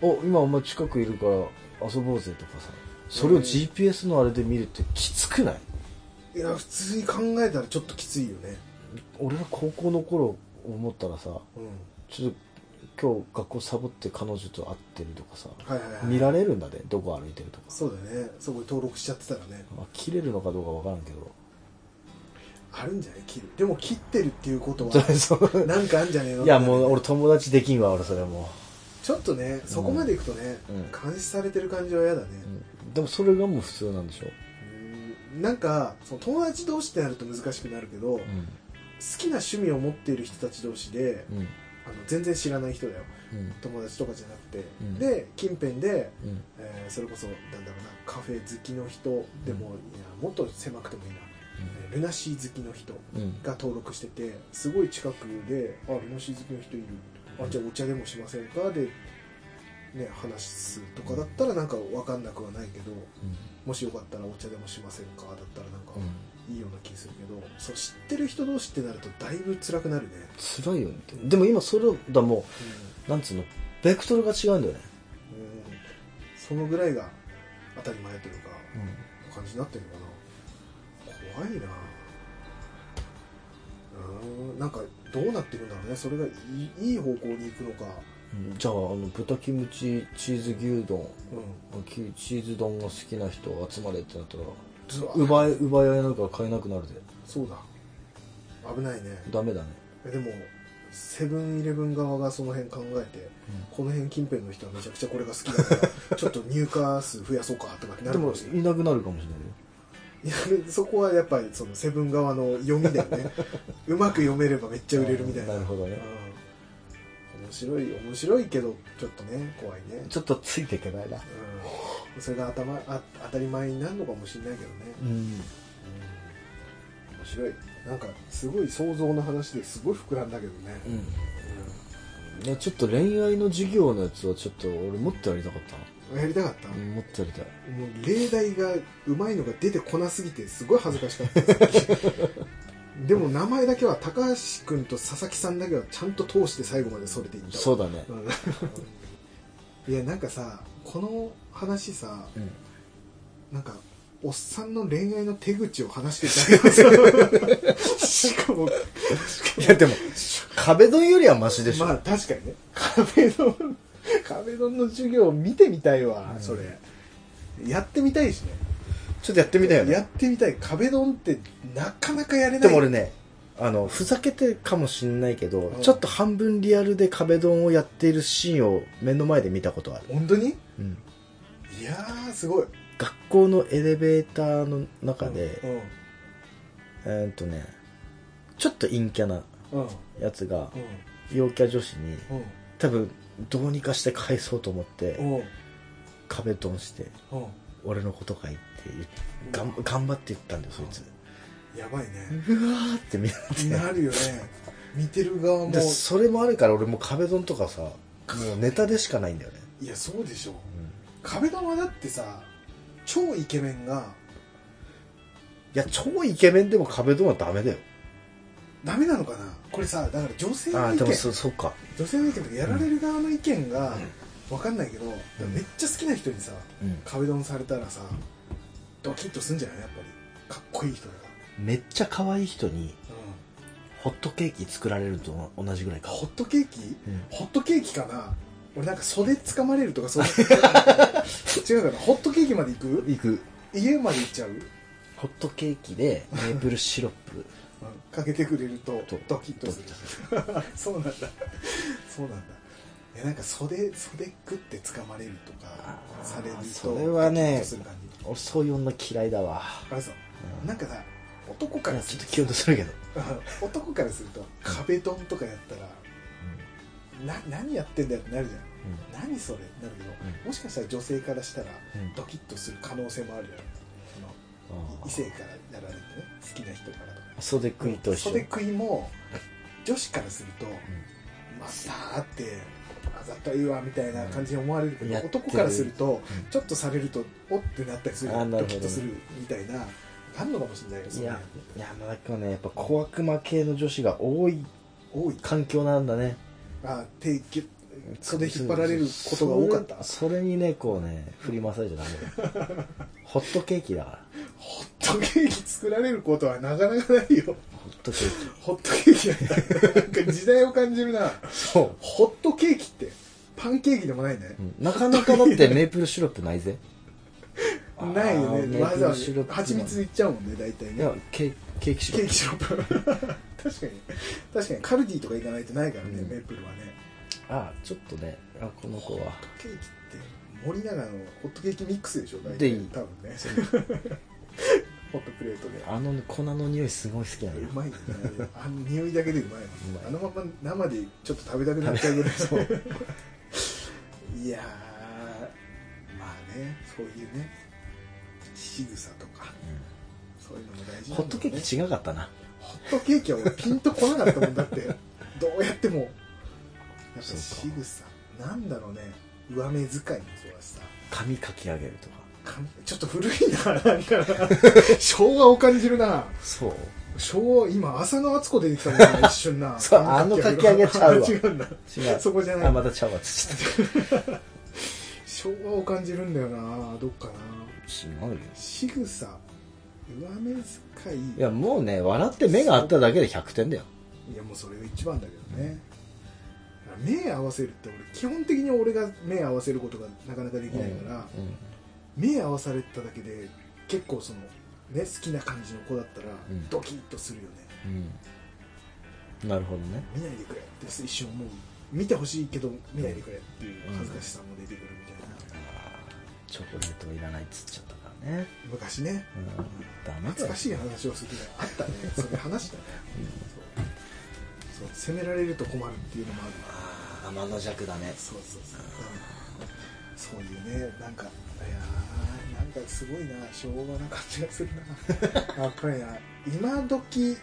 S1: ほう
S2: 「お今お前近くいるから遊ぼうぜ」とかさそれを
S1: うん
S2: GPS のあれで見るってきつくない
S1: いや普通に考えたらちょっときついよね
S2: 俺が高校の頃思ったらさ
S1: うん
S2: ちょっと今日学校サボって彼女と会ってるとかさ
S1: はいはいはい
S2: 見られるんだねどこ歩いてるとか
S1: そうだねそこに登録しちゃってたらね
S2: まあ切れるのかどうかわからんけど
S1: あるんじゃない切るでも切ってるっていうことは
S2: (laughs) そう
S1: なんかあんじゃねえの
S2: いやもう俺友達できんわ俺それはも
S1: ちょっとねそこまでいくとね、
S2: うん
S1: 監視されてる感じは嫌だね、
S2: う、うんでもそれがもう普通なんでしょ、
S1: うんなんかその友達同士ってなると難しくなるけど、好きな趣味を持っている人たち同士で、
S2: うんうん
S1: あの全然知らない人だよ
S2: うん
S1: 友達とかじゃなくて、
S2: うん
S1: で近辺で、
S2: うん
S1: えーそれこそなんだろうなカフェ好きの人でも、いやもっと狭くてもいいな、えールナシー好きの人
S2: うん
S1: が登録しててすごい近くで「あルナシー好きの人いる」あ「じゃあお茶でもしませんか?」で、ね、話すとかだったらなんか分かんなくはないけどもしよかったらお茶でもしませんかだったらなんか
S2: うん
S1: いいような気するけど、そう知ってる人同士ってなるとだいぶ辛くなるね、
S2: 辛いよねってでも今それだもうなんつうのベクトルが違うんだ
S1: うん
S2: よね、
S1: うんそのぐらいが当たり前というか、感じになってるのかな怖いなうんなんかどうなっていくんだろうねそれがいいいい方向に行くのか、
S2: うんじゃああの豚キムチチーズ牛丼
S1: う
S2: きチーズ丼が好きな人集まれってなったら
S1: ん、ずわ
S2: 奪い奪い合いなんか買えなくなるで
S1: そうだ危ないね
S2: ダメだね
S1: えでもセブンイレブン側がその辺考えて、この辺近辺の人はめちゃくちゃこれが好きだからちょっと入荷数増やそうかとかってなる
S2: で
S1: か
S2: も
S1: もしれない
S2: いなくなるかもしれないよ
S1: いやそこはやっぱりそのセブン側の読みだよ
S2: (laughs)
S1: ねうまく読めればめっちゃ売れるみたいな
S2: なるほどね
S1: うん面白い面白いけどちょっとね怖いね、
S2: ちょっとついていけないな
S1: うん、それが頭あ当たり前になるのかもしれないけどね、
S2: うん
S1: うん面白いなんかすごい想像の話ですごい膨らんだけどね、
S2: いやちょっと恋愛の授業のやつはちょっと俺もっとやりたかった
S1: うんやりたかった、
S2: なうんもっとやりたい
S1: もう例題がうまいのが出てこなすぎてすごい恥ずかしか
S2: (laughs)
S1: ったですでも名前だけは高橋君と佐々木さんだけはちゃんと通して最後までそれていったわ
S2: そうだね
S1: うん (laughs) いやなんかさこの話さ
S2: うん
S1: なんかおっさんの恋愛の手口を話してたけどしかも
S2: いやでも壁ドンよりはマシでし
S1: (laughs)
S2: ょ、
S1: まあ確かにね壁ドン壁ドンの授業を見てみたいわ、
S2: うん
S1: それやってみたいしね
S2: ちょっとやってみたいよね
S1: やってみたい壁ドンってなかなかやれない
S2: でも俺ねあのふざけてかもしんないけど、
S1: うん
S2: ちょっと半分リアルで壁ドンをやっているシーンを目の前で見たことある、
S1: 本当に
S2: うん
S1: いやーすごい
S2: 学校のエレベーターの中で、
S1: うん
S2: えーっとねちょっと陰キャな
S1: うんうん
S2: やつが陽キャ女子に多分どうにかして返そうと思って
S1: うんうん
S2: 壁ドンして
S1: うん
S2: 俺のことかいって言っがん頑張って言ったんだよそいつ
S1: やばいね
S2: うわーって見られて
S1: なるよね見てる側も
S2: でそれもあるから俺もう壁ドンとかさもうネタでしかないんだよね、
S1: いやそうでしょ壁ドンはだってさ超イケメンが
S2: いや超イケメンでも壁ドンはダメだよ
S1: ダメなのかなこれさだから女性
S2: あ
S1: の
S2: あ
S1: 意
S2: でも
S1: 見
S2: そそっか
S1: 女性の意見とかやられる側の意見がわかんないけど、
S2: ん
S1: めっちゃ好きな人にさ
S2: うん
S1: 壁ドンされたらさドキッとすんじゃないやっぱりかっこいい人だか
S2: めっちゃ可愛い人に
S1: ら、
S2: ホットケーキ作られると同じぐらいか
S1: ホットケーキ、
S2: うん
S1: ホットケーキかな俺なんか袖つかまれるとか
S2: (laughs)
S1: そういう違うかなホットケーキまで行く
S2: いく
S1: 家まで行っちゃう、うん
S2: ホットケーキでメープルシロップ
S1: かけてくれると
S2: と
S1: ドキッとする
S2: ドキ
S1: (laughs)
S2: ッ
S1: そうなんだそうなんだえなんか袖袖食ってつかまれるとか
S2: あー
S1: されると
S2: それは
S1: ドキ
S2: ね
S1: ッとする感じ
S2: 俺そういう女嫌いだわ
S1: あれさ
S2: うん
S1: なんかさ男
S2: い
S1: から
S2: や
S1: す
S2: ちょ
S1: る
S2: っとキュンとするけど、
S1: と (laughs) 男からすると壁ドンとかやったらな何やってんだよってなるじゃん何それってなるけど、もしかしたら女性からしたら
S2: うん
S1: ドキッとする可能性もあるよねその
S2: あー
S1: 異性からやられてね好きな人からとか
S2: 袖食いと一緒
S1: 袖食いも女子からすると、マスターってあざといわみたいな感じに思われるけ
S2: うん
S1: ど、
S2: やってる
S1: 男からすると、
S2: うん
S1: ちょっとされるとおってなったりする
S2: あーなる
S1: ド
S2: ほどね
S1: キッとするみたいなあんのかもしれないよ
S2: い
S1: それ
S2: や山田君はねやっぱ小悪魔系の女子が多い
S1: 多い
S2: 環境なんだね
S1: あ手ぎゅ袖引っ張られることが多かった
S2: それそれにねこうね振り回されちゃダメだ
S1: (laughs)
S2: よホットケーキだから
S1: ホットケーキ作られることはなかなかないよ
S2: ホットケー
S1: ホットケーキなんだなんか時代を感じるな
S2: キそう
S1: ホットケーキってパンケーキでもないね、
S2: うんなかなかだってメープルシロップないぜ
S1: ないよ
S2: あーメ
S1: ねわ
S2: ープ
S1: ざわ
S2: ルシロッ
S1: ざ
S2: プ
S1: 蜂蜜いっちゃうもんね大体
S2: い
S1: ね
S2: やケーケーキシロ
S1: ケー
S2: ップ
S1: キシロップ確かに確かにカルディとか行かないとないからね、
S2: うん
S1: メープルはね
S2: あちょっとねあこの子は
S1: ホットケーキって森永のホットケーキミックスでしょ大
S2: で
S1: 体
S2: いい
S1: 多分
S2: (laughs)
S1: ねホットプレートで
S2: あの粉の匂いすごい好きなのよ
S1: うまいよねあの匂いだけでうまいもん
S2: うまい
S1: あのまま生でちょっと食べたくなっちゃうぐらい (laughs)
S2: そう
S1: いやーまあねそういうね仕草とかそういうのも大事
S2: ホットケー
S1: キ
S2: キ違かったな
S1: ホットケーキは俺ピンとこなかったもんだ
S2: (laughs)
S1: ってどうやってもやっぱ
S2: そうか
S1: 仕草なんだろうね上目遣いもそうだしさ
S2: 髪かき上げるとか
S1: 髪ちょっと古いななん
S2: (laughs)
S1: かな昭和を感じるな
S2: そう
S1: 昭和今浅野敦子出てきたもんな一瞬な
S2: (laughs) そうあのかき揚げちゃう
S1: (laughs)
S2: わ
S1: 違うんだ
S2: 違う
S1: そこじゃない
S2: あまたちゃうわちょ (laughs) っ
S1: 昭和を感じるんだよなどっかな
S2: と違うよ
S1: 仕草上目遣い
S2: いやもうね笑って目が合っただけで100点だよ
S1: いやもうそれが一番だけどね目合わせるって俺基本的に俺が目合わせることがなかなかできないから、
S2: うん
S1: 目合わされただけで結構そのね好きな感じの子だったら
S2: うん
S1: ドキッとするよね、
S2: うんなるほどね
S1: 見ないでくれって一瞬思う見てほしいけど見ないでくれっていう恥ずかしさも出てくるみたいな、
S2: チョコレートいらないっつっちゃったからね
S1: 昔ね
S2: うんダメだ
S1: 懐
S2: よ
S1: かしい話をする時があったねそれ話したね、そうそう責められると困るっていうのもあるわ
S2: あー天の弱だね
S1: そうそうそう、そういうねなんかいやーなんかすごいな昭和な感じがするなやっぱりな今時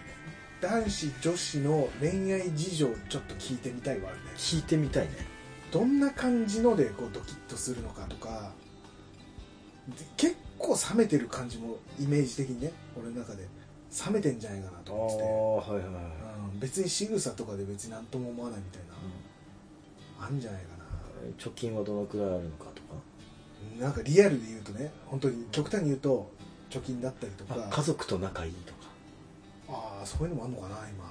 S1: 男子女子の恋愛事情ちょっと聞いてみたいわね
S2: 聞いてみたいね
S1: どんな感じのでこうドキッとするのかとかで結構冷めてる感じもイメージ的にね俺の中で冷めてんじゃないかなと
S2: あ
S1: 思
S2: はいはいはい
S1: ってて、うん、別に仕草とかで別に何とも思わないみたいな、あんじゃないかな
S2: 貯金はどのくらいあるのかとか
S1: なんかリアルで言うとね本当に極端に言うと貯金だったりとか
S2: あ家族と仲いいとか
S1: ああそういうのもあんのかな今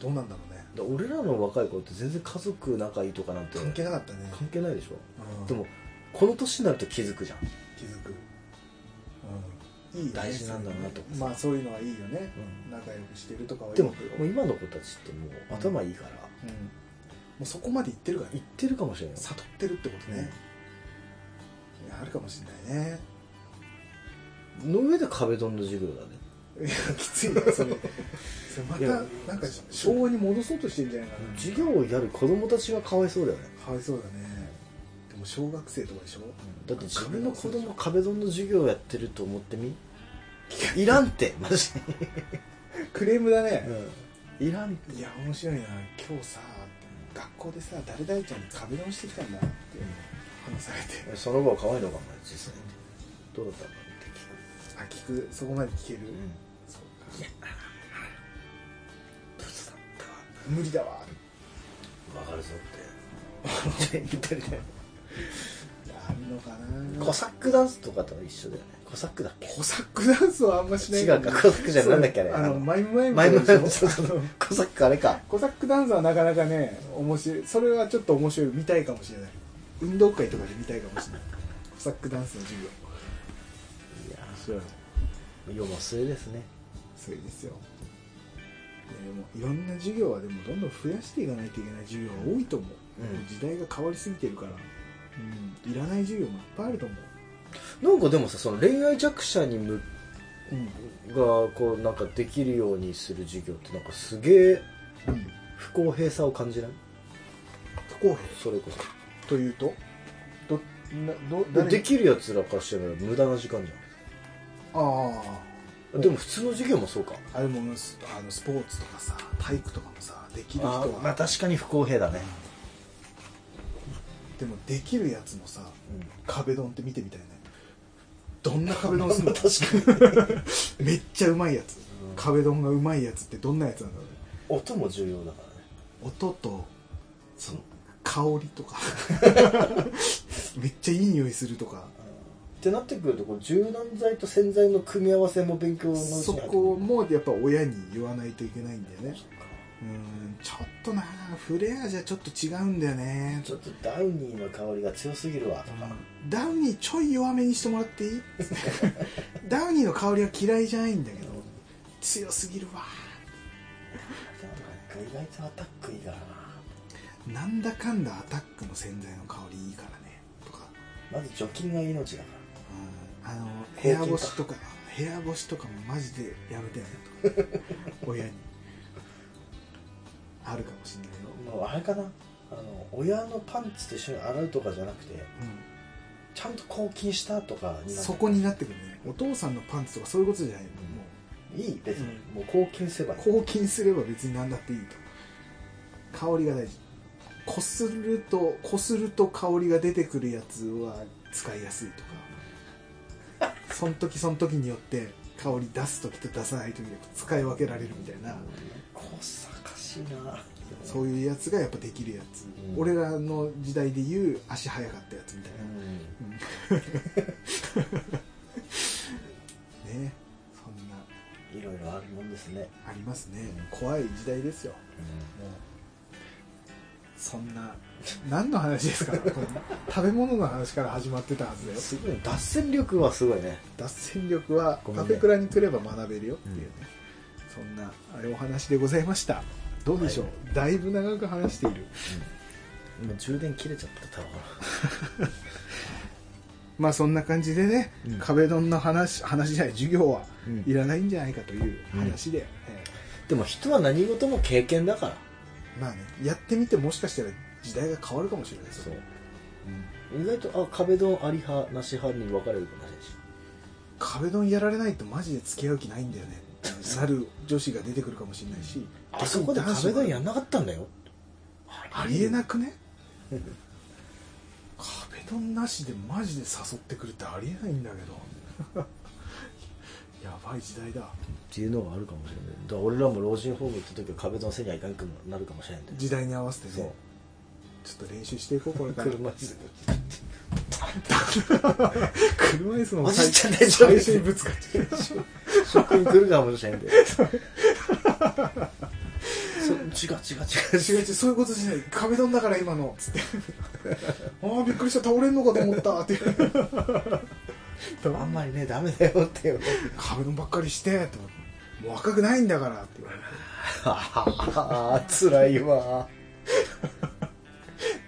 S1: どうなんだろうね
S2: だ俺らの若い子って全然家族仲いいとかなんて
S1: 関係なかったね、
S2: 関係ないでしょ、
S1: うん、
S2: でもこの年になると気づくじゃん
S1: 気づく、うん、いいよね
S2: 大事なんだなと
S1: そういうのまあそういうのはいいよね
S2: う
S1: 仲良くしてるとかはいい
S2: でもも
S1: けど
S2: う今の子たちってもう頭いいから
S1: うん、もうそこまで行ってるから
S2: 言ってるかもしれないよ
S1: 悟ってるってことね、いやあるかもしれないね (laughs)
S2: の上で壁ドンの授業だね
S1: いやきつい
S2: (laughs)
S1: なそれそれま
S2: い
S1: た
S2: や
S1: なんか昭和に戻そうとしてんじゃないかな
S2: 授業をやる子供たちがかわいそうだよね
S1: かわいそうだねでもも小学生とかでしょ
S2: だって自分の子供壁ドンの授業やってると思ってみいらんってマジ
S1: クレームだね、
S2: いらん
S1: いや面白いな今日さ学校でさ誰々ちゃんに壁ドンしてきたんだって話されて、
S2: その後は可愛いのかもね実際どうだったの
S1: あ聞くそこまで聞ける、
S2: うん
S1: そうか
S2: どうだ
S1: 無理だわ
S2: ったわかるぞって言ってるね
S1: あるのかな
S2: コサックダンスとかと一緒だよねコサックだっけ
S1: コサックダンスはあんましない
S2: 違うかコサックじゃなんだっけあれ
S1: そう
S2: あ
S1: あ
S2: の
S1: のマイムマイム
S2: 前の
S1: でしょ
S2: そうそうそう (laughs) コサックあれか
S1: コサックダンスはなかなかね面白いそれはちょっと面白い見たいかもしれない運動会とかで見たいかもしれないコサックダンスの授業
S2: いや
S1: 白い
S2: 世も末ですね
S1: それですよいやでもいろんな授業はでもどんどん増やしていかないといけない授業が多いと思う、
S2: うん
S1: 時代が変わりすぎてるから、うん、いらない授業もいっぱいあると思う、
S2: なんかでもさその恋愛弱者にむ
S1: うん
S2: がこうなんかできるようにする授業ってなんかすげえ
S1: うん、
S2: 不公平さを感じない
S1: 不公平
S2: それこそ
S1: というとどなど
S2: で
S1: 誰
S2: できるやつらからしてみれば無駄な時間じ
S1: ああ
S2: ゃんでも普通の授業もそうか
S1: あれもスあのスポーツとかさ体育とかもさできる人は
S2: まあ確かに不公平だね、
S1: でもできるやつのさ
S2: うん
S1: 壁ドンって見てみたいねどんな壁ドンするの
S2: (laughs) 確か
S1: (laughs)
S2: に
S1: めっちゃうまいやつ、壁ドンがうまいやつってどんなやつなんだろうね
S2: 音も重要だからね
S1: 音とその香りとか (laughs) めっちゃいい匂いするとか
S2: ってなってくるとこう柔軟剤と洗剤の組み合わせも勉強のうちに
S1: そこもやっぱ親に言わないといけないんだよねうんちょっとなフレアじゃちょっと違うんだよね
S2: ちょっとダウニーの香りが強すぎるわとか、
S1: ダウニーちょい弱めにしてもらってい (laughs) いダウニーの香りは嫌いじゃないんだけど強すぎるわ
S2: なんか意外とアタックいいからな
S1: なんだかんだアタックの洗剤の香りいいからねとか
S2: まず除菌が命だか
S1: うんあの部屋干しとか部屋干しとかもマジでやめてね (laughs) とか親にあるかもしれないよ、
S2: らもうあれかなあの親のパンツと一緒に洗うとかじゃなくてちゃんと抗菌したとか
S1: う
S2: に
S1: ん、
S2: なる
S1: そこになってくるねお父さんのパンツとかそういうことじゃないの、
S2: いい別に、もう抗菌すればいい
S1: もう抗菌すれば別に何だっていいと香りが大事こするとこすると香りが出てくるやつは使いやすいと (laughs) かその時その時によって香り出す時と出さない時で使い分けられるみたいな、
S2: こさかしいな
S1: そういうやつがやっぱできるやつ、
S2: うん
S1: 俺らの時代で言う足早かったやつみたいな、
S2: ん
S1: ねそんない
S2: ろいろあるもんですね、
S1: ありますね怖い時代ですよもうそんな何の話ですか
S2: (laughs)
S1: これ食べ物の話から始まってたはずだよ
S2: すごいね脱線力はすごいね
S1: 脱線力は
S2: ごめん
S1: カ
S2: ね
S1: フェクラに来れば学べるよっていうね、そんなあれお話でございましたどうでしょう、
S2: は
S1: だいぶ長く話している
S2: もう充電切れちゃった多分
S1: まあそんな感じでね、
S2: うん
S1: 壁ドンの話話じゃない授業は
S2: うん
S1: いらないんじゃないかという話で、え
S2: でも人は何事も経験だから
S1: ーまあねやってみてもしかしたら時代が変わるかもしれないですよ、
S2: 意外とあ壁ドンあり派なし派に分かれるかもしれないし
S1: 壁ドンやられないとマジで付き合う気ないんだよねってなる女子が出てくるかもしれないし
S2: あそこで壁ドンやんなかったんだよ
S1: ありえなくね壁ドンなしでマジで誘ってくるってありえないんだけ
S2: (laughs)
S1: どやばい時代だ
S2: っていうのがあるかもしれないだから俺らも老人ホーム行った時は壁ドンせにはいかんくなるかもしれないんだよ
S1: 時代に合わせて
S2: そう
S1: ねちょっと練習していこうこれから
S2: 車椅子で
S1: 車椅子の
S2: おじいちゃん
S1: 最
S2: 大丈夫
S1: 最初にぶつかっちゃう
S2: 職員来るかもしれないんだよそう違う違う違う
S1: 違う違うそういうことじゃない壁ドンだから今のつって (laughs) ああびっくりした倒れんのかと思ったって
S2: あんまりねダメだよっていう
S1: 壁ドンばっかりしてって思ってもう若くないんだからって言われ
S2: (laughs) ああ辛いわ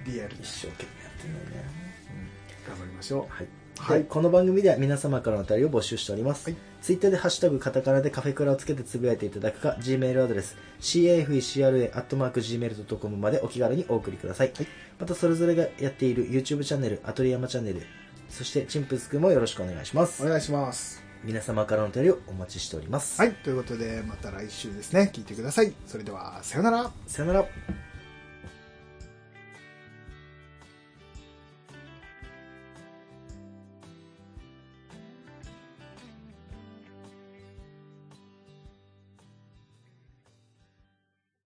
S1: てリアルに
S2: 一生懸命やってんだよね
S1: 頑張りましょう
S2: はい
S1: は
S3: はい
S2: この番組では皆様からのお便りを募集しております、
S3: はい
S2: ツイッターで「ハッシュタグカタカナ」でカフェクラをつけてつぶやいていただくか G メールアドレス cafecra.gmail.com までお気軽にお送りください、
S3: はい
S2: またそれぞれがやっている YouTube チャンネルアトリヤマチャンネルそしてチンプスくんもよろしくお願いします、
S1: お願いします
S2: 皆様からのお便りをお待ちしております、
S1: はいということでまた来週ですね聞いてくださいそれではさようなら
S2: さよなら